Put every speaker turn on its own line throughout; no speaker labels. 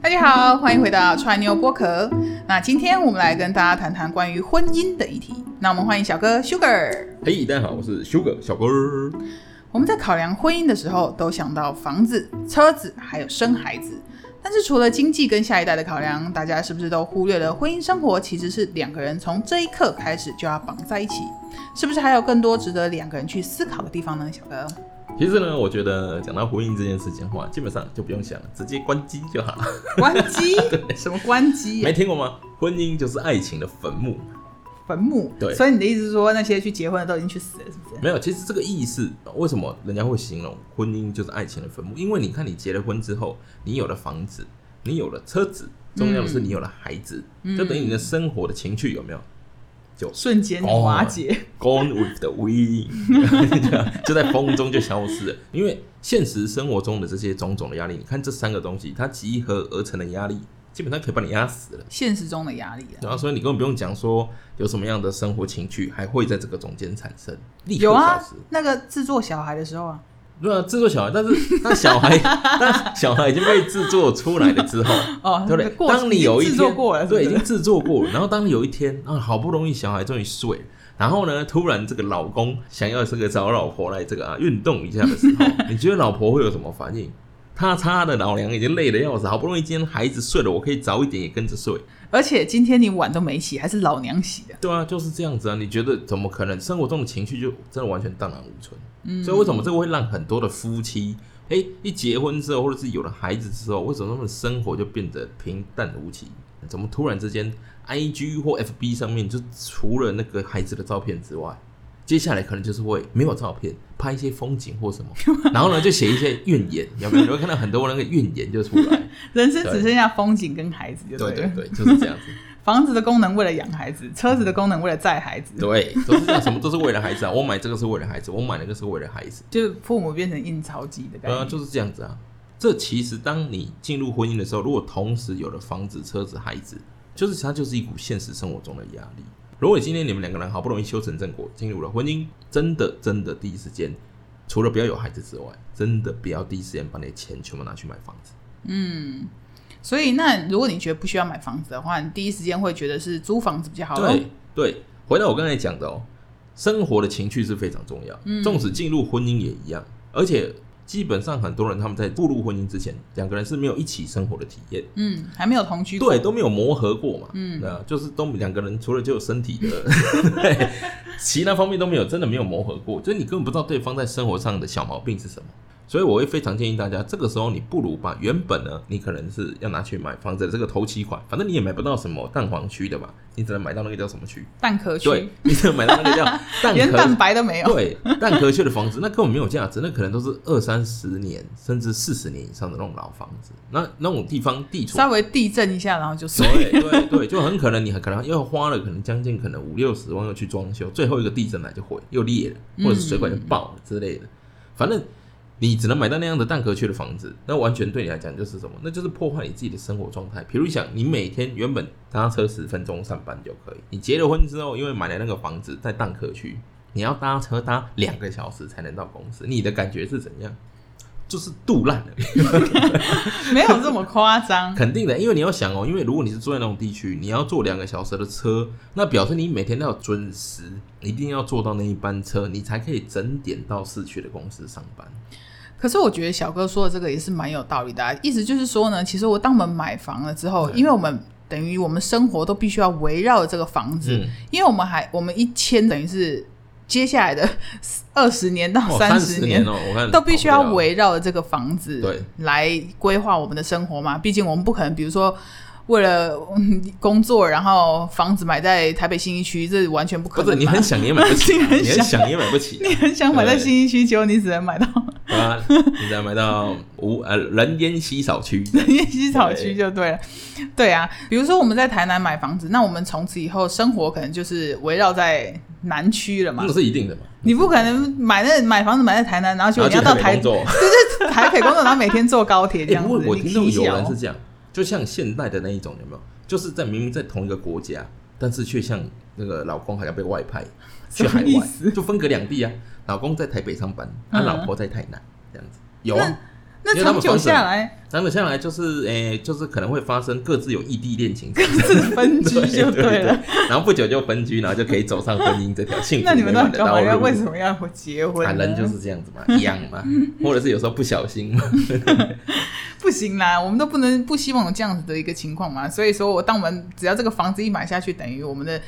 大家好，欢迎回到踹妞剥壳。那今天我们来跟大家谈谈关于婚姻的议题。那我们欢迎小哥 Sugar。
嘿，大家好，我是 Sugar 小哥儿。
我们在考量婚姻的时候，都想到房子、车子，还有生孩子。但是除了经济跟下一代的考量，大家是不是都忽略了婚姻生活其实是两个人从这一刻开始就要绑在一起？是不是还有更多值得两个人去思考的地方呢？小哥，
其实呢，我觉得讲到婚姻这件事情的话，基本上就不用想了，直接关机就好了。
关机？什么关机
没
呀？
听过吗？婚姻就是爱情的坟墓。
坟墓？
对
所以你的意思是说，那些去结婚的都已经去死了，是不是？
没有，其实这个意思，为什么人家会形容婚姻就是爱情的坟墓？因为你看，你结了婚之后，你有了房子，你有了车子，重要的是你有了孩子，就等于你的生活的情趣有没有
瞬间
哦
瓦解。
gone with the wind，就在风中就消失了。因为现实生活中的这些种种的压力，你看这三个东西，它集合而成的压力，基本上可以把你压死了。
现实中的压力啊。
然后，所以你根本不用讲说有什么样的生活情趣，还会在这个中间产生，立刻
有
消
啊
失。，
那个制作小孩的时候啊，
对啊，制作小孩，但是那小孩， 那小孩已经被制作出来了之后，
哦，
对不
那个
对？
过
当你有一
制
天
作过了，
对，已
是不
经
是
制作过了。然后当你有一天啊，好不容易小孩终于睡了，然后呢，突然这个老公想要这个找老婆来这个啊运动一下的时 候，你觉得老婆会有什么反应？他擦的老娘已经累得要死，好不容易今天孩子睡了，我可以早一点也跟着睡。
而且今天你碗都没洗，还是老娘洗的。
对啊，就是这样子啊！你觉得怎么可能？生活中的情绪就真的完全荡然无存。嗯，所以为什么这个会让很多的夫妻，哎、一结婚之后，或者是有了孩子之后，为什么他们的生活就变得平淡无奇？怎么突然之间，IG 或 FB 上面就除了那个孩子的照片之外，接下来可能就是会没有照片，拍一些风景或 什么，然后呢就写一些怨言，有没有？你会看到很多那个怨言就出 来。
人生只
对
剩下风景跟孩子，就
对
对
对
了。
对，就是这样子。
房子的功能为了养孩子，车子的功能为了载孩子，
对，都是这样，什么都是为了孩子啊！我买这个是为了孩子，我买那个是为了孩子。
就是父母变成印钞机的概
呃，
念。
就是这样子啊。这其实当你进入婚姻的时候，如果同时有了房子、车子、孩子，就是它就是一股现实生活中的压力。如果今天你们两个人好不容易修成正果，进入了婚姻，真的真的第一时间，除了不要有孩子之外，真的不要第一时间把你的钱全部拿去买房子。
所以，那如果你觉得不需要买房子的话，你第一时间会觉得是租房子比较好咯。
对对，回到我刚才讲的哦，生活的情趣是非常重要，
嗯
纵使进入婚姻也一样。而且基本上很多人他们在步入婚姻之前，两个人是没有一起生活的体验。
嗯，还没有同居过。
对，都没有磨合过嘛，嗯，那就是都两个人除了就有身体的， 其他方面都没有，真的没有磨合过，就是你根本不知道对方在生活上的小毛病是什么。所以我会非常建议大家，这个时候你不如把原本呢，你可能是要拿去买房子的这个头期款，反正你也买不到什么蛋黄区的嘛，你只能买到那个叫什么区？
蛋壳区，
对，你只能买到那 个叫蛋
连蛋
壳。
白都没有。
对，蛋壳区的房子那根本没有价值，那可能都是二三十年甚至四十年以上的那种老房子，那那种地方地处
稍微地震一下，然后就碎。
对对对，就很可能你很可能又花了可能将近可能五六十万又去装修，最后一个地震来就毁又裂了，或者是水管就爆了之类的，反正。你只能买到那样的蛋壳区的房子，那完全对你来讲就是什么？那就是破坏你自己的生活状态。比如想，你每天原本搭车十分钟上班就可以，你结了婚之后，因为买了那个房子在蛋壳区，你要搭车搭两个小时才能到公司，你的感觉是怎样？就是肚烂了。
没有这么夸张。
肯定的，因为你要想哦，因为如果你是住在那种地区，你要坐两个小时的车，那表示你每天都要准时，一定要坐到那一班车，你才可以整点到市区的公司上班。
可是我觉得小哥说的这个也是蛮有道理的、啊，意思就是说呢，其实我当我们买房了之后，
对
因为我们等于我们生活都必须要围绕着这个房子，
嗯
因为我们还我们一签等于是接下来的 二十年到
哦，
三
十
十
年哦，我看
都必须要
跑不了
围绕着这个房子
对
来规划我们的生活嘛。毕竟我们不可能，比如说为了嗯工作，然后房子买在台北信义区，这完全不可
不
能嘛。
是你很想你也买不起
你
啊，
很
你很想你也买不起
你很 想买在信义区，结果你只能买到
啊，啊你才买到无呃人烟稀少 区。
西草区就对了。对啊，比如说我们在台南买房子，那我们从此以后生活可能就是围绕在南区了嘛
那。个是一定的嘛，
你不可能买那买房子买在台南，然后结果你要到
然后去
台
台北工作
就是台北工作，然后每天坐高 铁这
哎、
样
不
子。
过我
你哦
听到有
笑
人是这样，就像现代的那一种，有没有？就是在明明在同一个国家，但是却像那个老公好像被外派去海
什么意
外，就分隔两地啊。老公在台北上班，他、
嗯
老婆在台南，这样子有啊。
那
因为他
长
们
久
房子
下来，
长久下来就是，诶、就是可能会发生各自有异地恋 情，
自分居就
对
了。
然后不久就分居，然后就可以走上婚姻这条幸福
那你
美
们到
满
底
的
干嘛
道
要
路。
为什么要结婚
啊，
呢？
人就是这样子嘛，一样嘛，或者是有时候不小心嘛，
不行啦，我们都不能不希望有这样子的一个情况嘛。所以说我当我们只要这个房子一买下去，等于我们的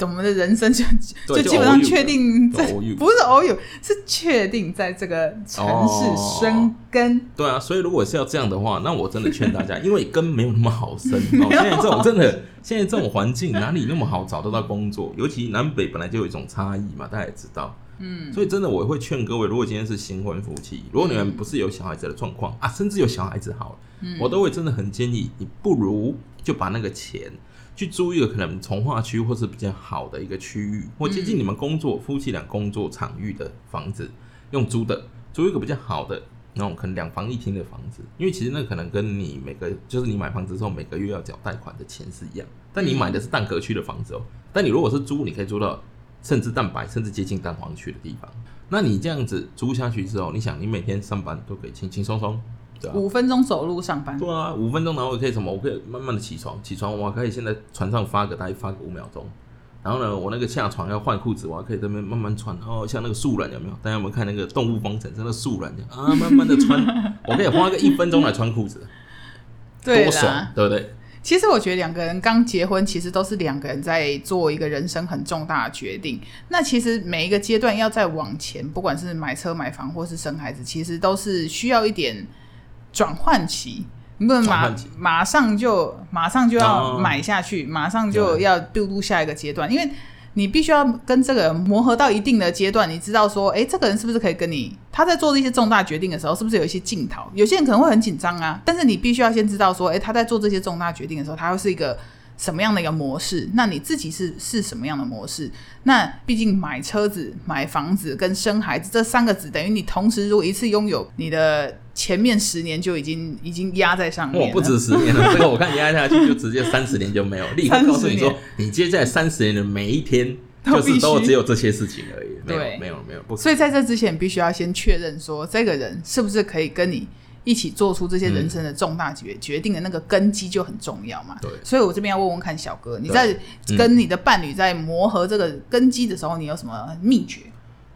我们的人 生就
对
基本上确。
偶遇
定
就
在
偶遇
不是偶有，是确定在这个城市
哦
生根。
对啊，所以如果是要这样的话，那我真的劝大家，因为根没有那么好 生哦。现在这种真的，现在这种环境哪里那么好找得到工作？尤其南北本来就有一种差异嘛，大家也知道。
嗯，
所以真的，我会劝各位，如果今天是新婚夫妻，如果你们不是有小孩子的状况啊，甚至有小孩子好了，
嗯
我都会真的很建议你，不如就把那个钱去租一个可能从化区或是比较好的一个区域，或接近你们工作、夫妻俩工作场域的房子，用租的，租一个比较好的。那种可能两房一厅的房子，因为其实那可能跟你每个就是你买房子之后每个月要缴贷款的钱是一样，但你买的是蛋壳区的房子哦。但你如果是租，你可以租到甚至蛋白，甚至接近蛋黄区的地方。那你这样子租下去之后，你想你每天上班都可以轻轻松松，对啊吧、
五分钟走路上班，
对啊，五分钟，然后我可以什么？我可以慢慢的起床，起床我可以现在船上发个呆，发个五秒钟。然后呢，我那个下床要换裤子，我还可以这边慢慢穿。哦，像那个素染有没有？大家有没有看那个《动物方程式》那个素染 啊，慢慢的穿，我可以花个一分钟来穿裤子，
对
多爽
啦。，
对不对？
其实我觉得两个人刚结婚，其实都是两个人在做一个人生很重大的决定。那其实每一个阶段要再往前，不管是买车、买房或是生孩子，其实都是需要一点转换期。你不能
转
马
换期
马上就马上就要
哦
买下去，马上就
对
要步入下一个阶段，因为你必须要跟这个人磨合到一定的阶段，你知道说，诶，这个人是不是可以跟你？他在做这些重大决定的时候，是不是有一些镜头？有些人可能会很紧张啊，但是你必须要先知道说，诶，他在做这些重大决定的时候，他会是一个什么样的一个模式？那你自己是是什么样的模式？那毕竟买车子、买房子跟生孩子这三个子，等于你同时如果一次拥有，你的前面十年就已经已经压在上面
我
了。
不止十年了，这个我看你压下去就直接三十年就 没有，立刻告诉你
30
说
年，
你接下来三十年的每一天
都
就
必须
是都只有这些事情而已，没有
对
没有没有，不可
所以在这之前，必须要先确认说，这个人是不是可以跟你一起做出这些人生的重大决决定的那个根基就很重要嘛。
嗯对
所以我这边要问问看小哥，你
对
在跟你的伴侣在磨合这个根基的时候，你有什么秘诀？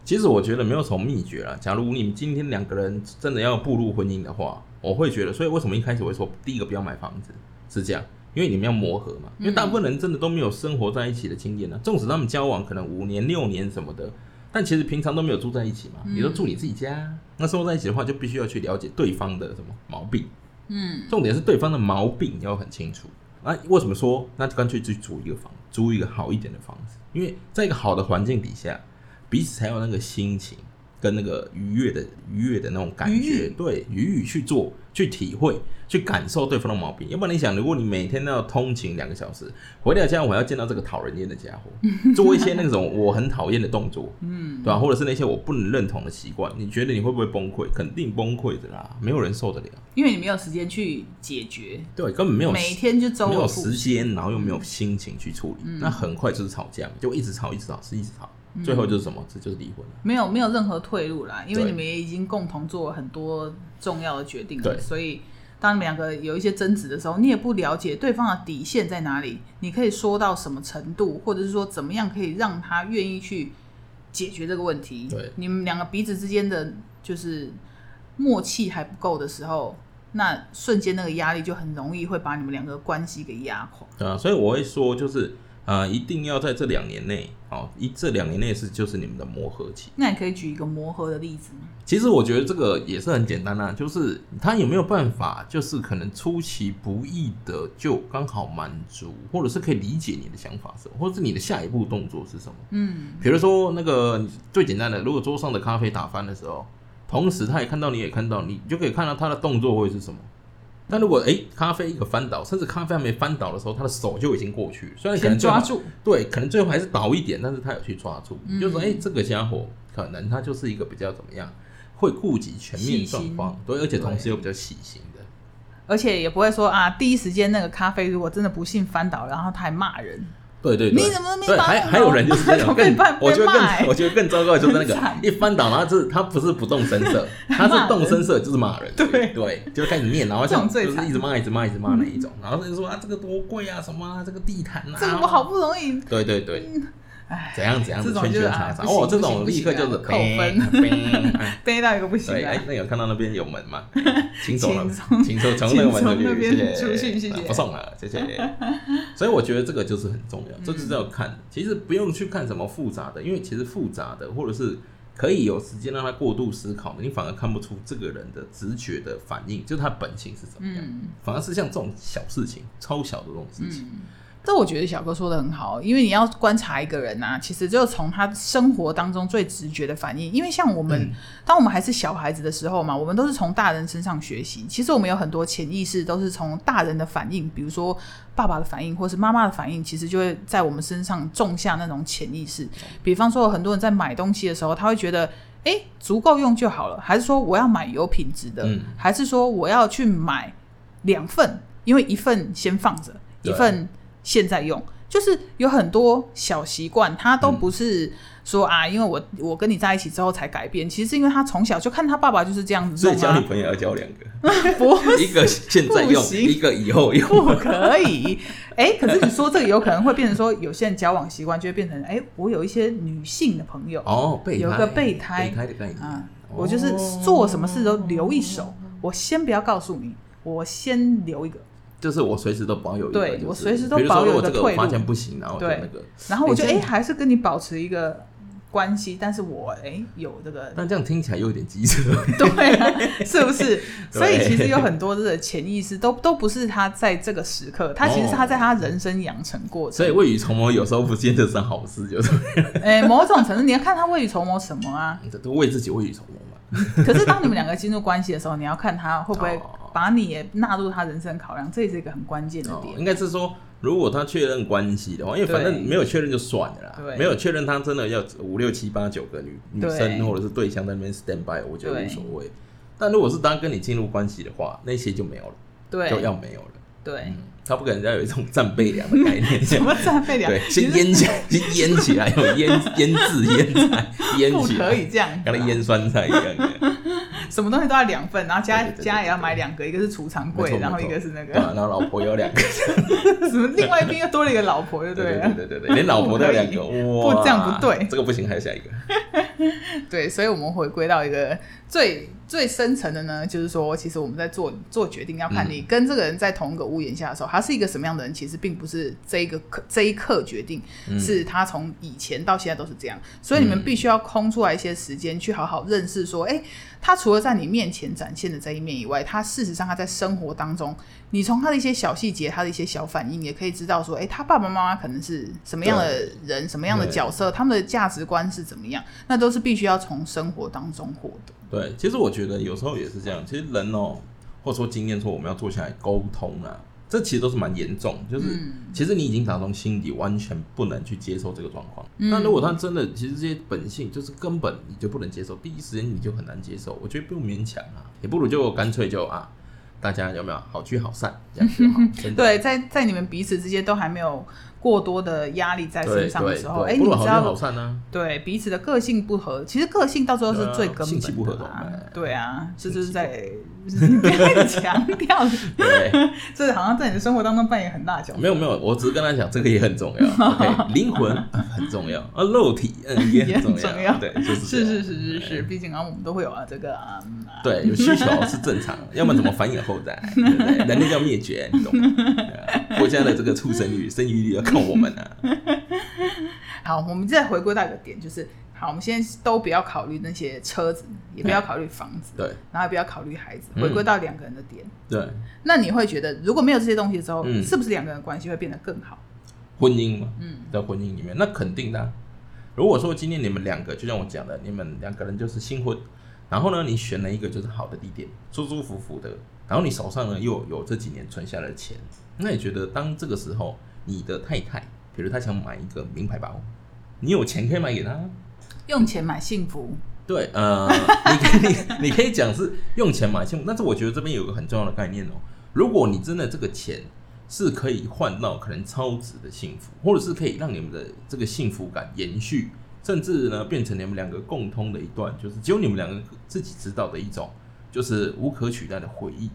其实我觉得没有什么秘诀啦。假如你们今天两个人真的要步入婚姻的话，我会觉得，所以为什么一开始我会说，第一个不要买房子，是这样，因为你们要磨合嘛。因为大部分人真的都没有生活在一起的经验呢、纵使他们交往可能五年、六年什么的，但其实平常都没有住在一起嘛，你都住你自己家。那生活在一起的话，就必须要去了解对方的什么毛病。
嗯，
重点是对方的毛病要很清楚。那为什么说？那就干脆去租一个房，租一个好一点的房子，因为在一个好的环境底下，彼此才有那个心情跟那个愉悦的愉悦的那种感
愉
觉，对，愉悦去做，去体会，去感受对方的毛病。要不然你想，如果你每天都要通勤两个小时，回到家我还要见到这个讨人厌的家 伙，做一些那种我很讨厌的动作，嗯，对吧、或者是那些我不能认同的习惯，你觉得你会不会崩溃？肯定崩溃的啦，没有人受得了。
因为你没有时间去解决，
对，根本没有
每天就嗯周
没
而
有
复
时间，然后又没有心情去处
嗯
理，那很快就是吵架嘛，就一直吵，一直吵，是一直吵，最后就是什么？这就是离婚了。
没有没有任何退路啦，因为
对
你们也已经共同做了很多重要的决定了，
对
所以当你们两个有一些争执的时候，你也不了解对方的底线在哪里，你可以说到什么程度，或者是说怎么样可以让他愿意去解决这个问题。
对
你们两个彼此之间的就是默契还不够的时候，那瞬间那个压力就很容易会把你们两个关系给压垮。
对啊，所以我会说，就是呃，一定要在这两年内，哦，一这两年内是就是你们的磨合期。
那你可以举一个磨合的例子吗？
其实我觉得这个也是很简单啊，就是他有没有办法，就是可能出其不意的就刚好满足，或者是可以理解你的想法是什么，或者是你的下一步动作是什么。
嗯，
比如说那个最简单的，如果桌上的咖啡打翻的时候，同时他也看到，你也看到，你就可以看到他的动作会是什么。但如果诶咖啡一个翻倒，甚至咖啡还没翻倒的时候，他的手就已经过去，虽然可能
先
最后
抓，住。
对，可能最后还是倒一点，但是他有去抓住，
嗯
就是说哎诶这个家伙可能他就是一个比较怎么样，会顾及全面状况，对，而且同时又比较细心的，
而且也不会说啊，第一时间那个咖啡如果真的不幸翻倒，然后他还骂人，
对对对，
你怎么没
对，
把
还
我
还有 人就是这样，
被
更
办
我觉得
被骂
更我觉得更糟糕的就是那
很
个
惨
一翻倒，然后这他不是不动声色，他
骂人
是动声色就是骂人，
对
对，就开始念，然后
这种
像
最
就是
惨
一直骂一直骂一直骂那一种，然后就说啊这个多贵啊什么啊这个地毯啊，
这个我好不容易，
对对对，
哎，
怎样怎样
这
子
种
圈
就是
圈
啊
叉叉，
不行
哦，这
不行
种
不
立
行
刻
啊
就是
扣分
分。哎
背到一个不行
对，
啊
哎，，那有看到那边有门 吗？请走了
请从，
请走，从那个门出
请从那边
去，谢谢，
出去谢谢
啊不送了，谢谢。所以我觉得这个就是很重
嗯
要，这就是要看，其实不用去看什么复杂的，因为其实复杂的或者是可以有时间让他过度思考的，你反而看不出这个人的直觉的反应，就是他本性是怎么样。
嗯
反而是像这种小事情，超小的这种事情，
嗯。这我觉得小哥说的很好，因为你要观察一个人啊，其实就从他生活当中最直觉的反应。因为像我们，
嗯
当我们还是小孩子的时候嘛，我们都是从大人身上学习。其实我们有很多潜意识都是从大人的反应，比如说爸爸的反应或是妈妈的反应，其实就会在我们身上种下那种潜意识。比方说，很多人在买东西的时候，他会觉得。诶，足够用就好了，还是说我要买有品质的，
嗯
还是说我要去买两份，因为一份先放着，一
对
份现在用，就是有很多小习惯，他都不是说、啊，因为我我跟你在一起之后才改变，其实是因为他从小就看他爸爸就是这样子
所以
弄
交女
啊，
朋友要交两个，
不
一个现在用
不，行
一个以后用。
不 可以。哎、可是你说这个有可能会变成说，有些人交往习惯就会变成，哎、我有一些女性的朋友，
哦，备胎
有个备胎
备胎的概念哦
啊，我就是做什么事都留一手，我先不要告诉你，我先留一个，
就是我随时都保有一个，
对
就是
我随时都
比如
保
说
有
如
一个
果这个
退路
我发现不行，然后我就
对
那个，
然后我就
你
哎、
这样
还是跟你保持一个关系，但是我哎、有这 个
但这样听起来又有点机车，
对啊，是不是？所以
对
其实有很多的潜意识都都不是他在这个时刻，他其实是他在他人生养成过程
哦所以。未雨绸缪有时候不见得是好 事，就是
哎、某种程度你要看他未雨绸缪什么啊。
这都为自己未雨绸缪嘛。
可是当你们两个进入关系的时候，你要看他会不会
哦
把你也纳入他人生考量，这也是一个很关键的
哦
点。
应该是说，如果他确认关系的话，因为反
对
正没有确认就算了啦
对，
没有确认他真的要五六七八九个女女
对
生或者是对象在那边 stand by，我觉得
对
无所谓。但如果是当跟你进入关系的话，那些就没有了，就
对
要没有了。
对
嗯，，他不可能要有一种战备粮的 概念，
什么战备两
对，先腌起来，先腌起来，有腌腌制、腌菜、腌
不
起
可
来，
以这样子
跟
啊，
那腌酸菜 一样的。
什么东西都要两份，然后家
对对对对
家也要买两个，一个是储藏
没
柜，
错
然后
没
一
错
个是那
对啊
个
然后老婆有两 个，
什么，另外一边又多了一个老婆，就
对
对
对
了。
对对对，连老婆都有两个，哇，
不这样不对
这个不行，还有下一个。
对，所以我们回归到一个最最深层的呢，就是说，其实我们在做做决定，要看
嗯
你跟这个人在同一个屋檐下的时候，他是一个什么样的人，其实并不是这一个刻这一刻决定，
嗯
是他从以前到现在都是这样，所以你们必须要空出来一些时间去好好认识，说，哎、他除了在你面前展现的这一面以外，他事实上他在生活当中，你从他的一些小细节，他的一些小反应，也可以知道说，哎、他爸爸妈妈可能是什么样的人，什么样的
对
角色，他们的价值观是怎么样，那都是必须要从生活当中获得。
对，其实我觉得有时候也是这样，其实人哦，或者说经验说我们要坐下来沟通啊，这其实都是蛮严重，就是。
嗯
其实你已经打从心底完全不能去接受这个状况。
嗯
但如果他真的，其实这些本性就是根本你就不能接受，第一时间你就很难接受。我觉得不用勉强啊，也不如就干脆就啊，大家有没有好聚好散这样就好。真的
对，在在你们彼此之间都还没有过多的压力在身
对
上的时候，
对
哎、
对，
你
不
知
如好聚好
道
散啊呢。
对彼此的个性不合，其实个性到最后是最根
对啊性气
本
不合
的
怎么
啦
办。
对啊，这
性
就是
气
在 你不要强调，
对，
这好像在你的生活当中扮演很大的角色。
没有没有，我只是跟他讲这个也很重要，OK，灵魂啊很重要，啊肉体嗯也
也很
很重
重要
对，就是
是
这
是是
样
是是，毕竟啊，我们都会有啊这个啊，嗯啊
对，有需求是正常，要不然怎么繁衍后代？对不对？人类要灭绝，你懂吗？对啊国家的这个出生率、生育率要靠我们啊。
好，我们再回归到一个点，就是好，我们现在都不要考虑那些车子，也不要考虑房子，
对
然后也不要考虑孩子，
哎嗯
回归到两个人的点。
对，
那你会觉得，如果没有这些东西的时候，
嗯
是不是两个人的关系会变得更好？
婚姻嘛，
嗯，
在婚姻里面，那肯定的啊、如果说今天你们两个，就像我讲的，你们两个人就是新婚，然后呢，你选了一个就是好的地点，舒舒服服的，然后你手上呢又有这几年存下来的钱，那你觉得当这个时候，你的太太，比如她想买一个名牌包，你有钱可以买给她啊。
用钱买幸福，
对，呃，你可以你你可以讲是用钱买幸福，但是我觉得这边有一个很重要的概念哦，如果你真的这个钱是可以换到可能超值的幸福，或者是可以让你们的这个幸福感延续，甚至呢变成你们两个共通的一段，就是只有你们两个自己知道的一种，就是无可取代的回忆。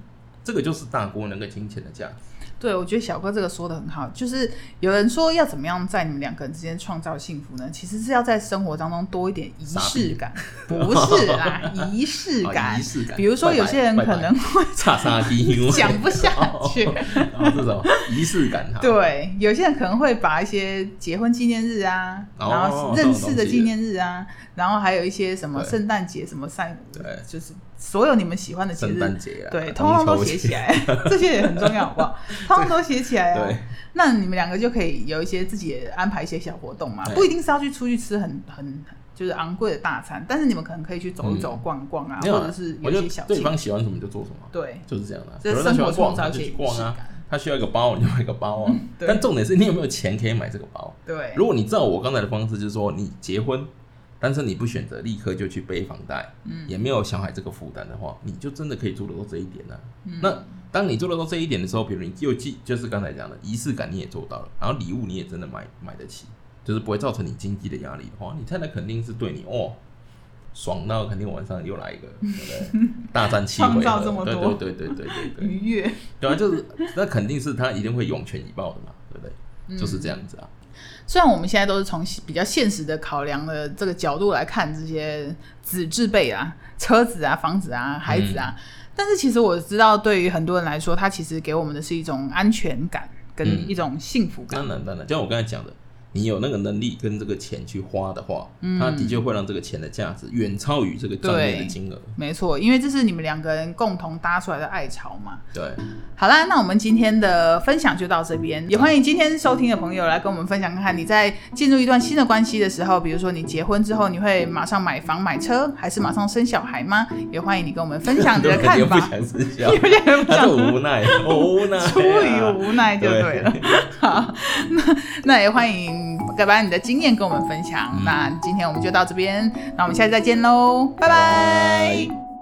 这个就是大锅那个金钱的价值。
对，我觉得小哥这个说的很好，就是有人说要怎么样在你们两个人之间创造幸福呢？其实是要在生活当中多一点仪式 感，不是啦，仪式
啊
感
仪。式感。
比如说有些人可能会
叉叉低，
讲不下去，
然后哦这种仪式感 哈。
对，有些人可能会把一些结婚纪念日啊，
哦
然后认识的
这种东西
纪念日啊，然后还有一些什么
对
圣诞节、什么三，
对
就是所有你们喜欢的节
圣
日
诞，节啊，
对，通通都写起
来。
来， 这些也很重要，好不 好？通通都写起来啊
对。
那你们两个就可以有一些自己也安排一些小活动嘛，
对
不一定是要去出去吃很很就是昂贵的大餐，但是你们可能可以去走一走、逛逛啊，
没有
或
啊
者是
我
有
觉
一
得
些小
对
庆
方喜欢什么就做什么，
对，
就是这样的啊。比
这
如
是
他喜
生活
欢
创
逛，
造
他
一
就
些
去
仪
逛
式
啊。
感。
他需要一个包，你就买一个包啊。
对
但重点是你有没有钱可以买这个包？
对，
如果你照我刚才的方式，就是说你结婚，但是你不选择立刻就去背房贷，
嗯
也没有小孩这个负担的话，你就真的可以做得到这一点呢、
嗯
那当你做得到这一点的时候，比如你又记，就是刚才讲的仪式感你也做到了，然后礼物你也真的买买得起，就是不会造成你经济的压力的话，你太太肯定是对你哦。爽到肯定晚上又来 一个，对不对？大战七回合，
创造这么多
对对对对对对 对，
愉悦。
对啊，就是那肯定是他一定会涌泉以报的嘛，对不
嗯
对？就是这样子啊，
虽然我们现在都是从比较现实的考量的这个角度来看这些子制辈啊、车子啊、房子啊、孩子啊，但是其实我知道，对于很多人来说，它其实给我们的是一种安全感跟
嗯
一种幸福感。
当然当然，就像我刚才讲的，你有那个能力跟这个钱去花的话，
嗯
它的确会让这个钱的价值远超于这个账面的金额。
没错，因为这是你们两个人共同搭出来的爱巢嘛。
对，
好啦，那我们今天的分享就到这边，也欢迎今天收听的朋友来跟我们分享看看，你在进入一段新的关系的时候，比如说你结婚之后，你会马上买房买车，还是马上生小孩吗？也欢迎你跟我们分享你的看
肯定不
法。
想生 效，
有些人不
他
想
就无奈，我无奈、啊，
出于无奈就对了。好，那那也欢迎各把你的经验跟我们分享。
嗯
那今天我们就到这边，那我们下次再见喽，拜拜
拜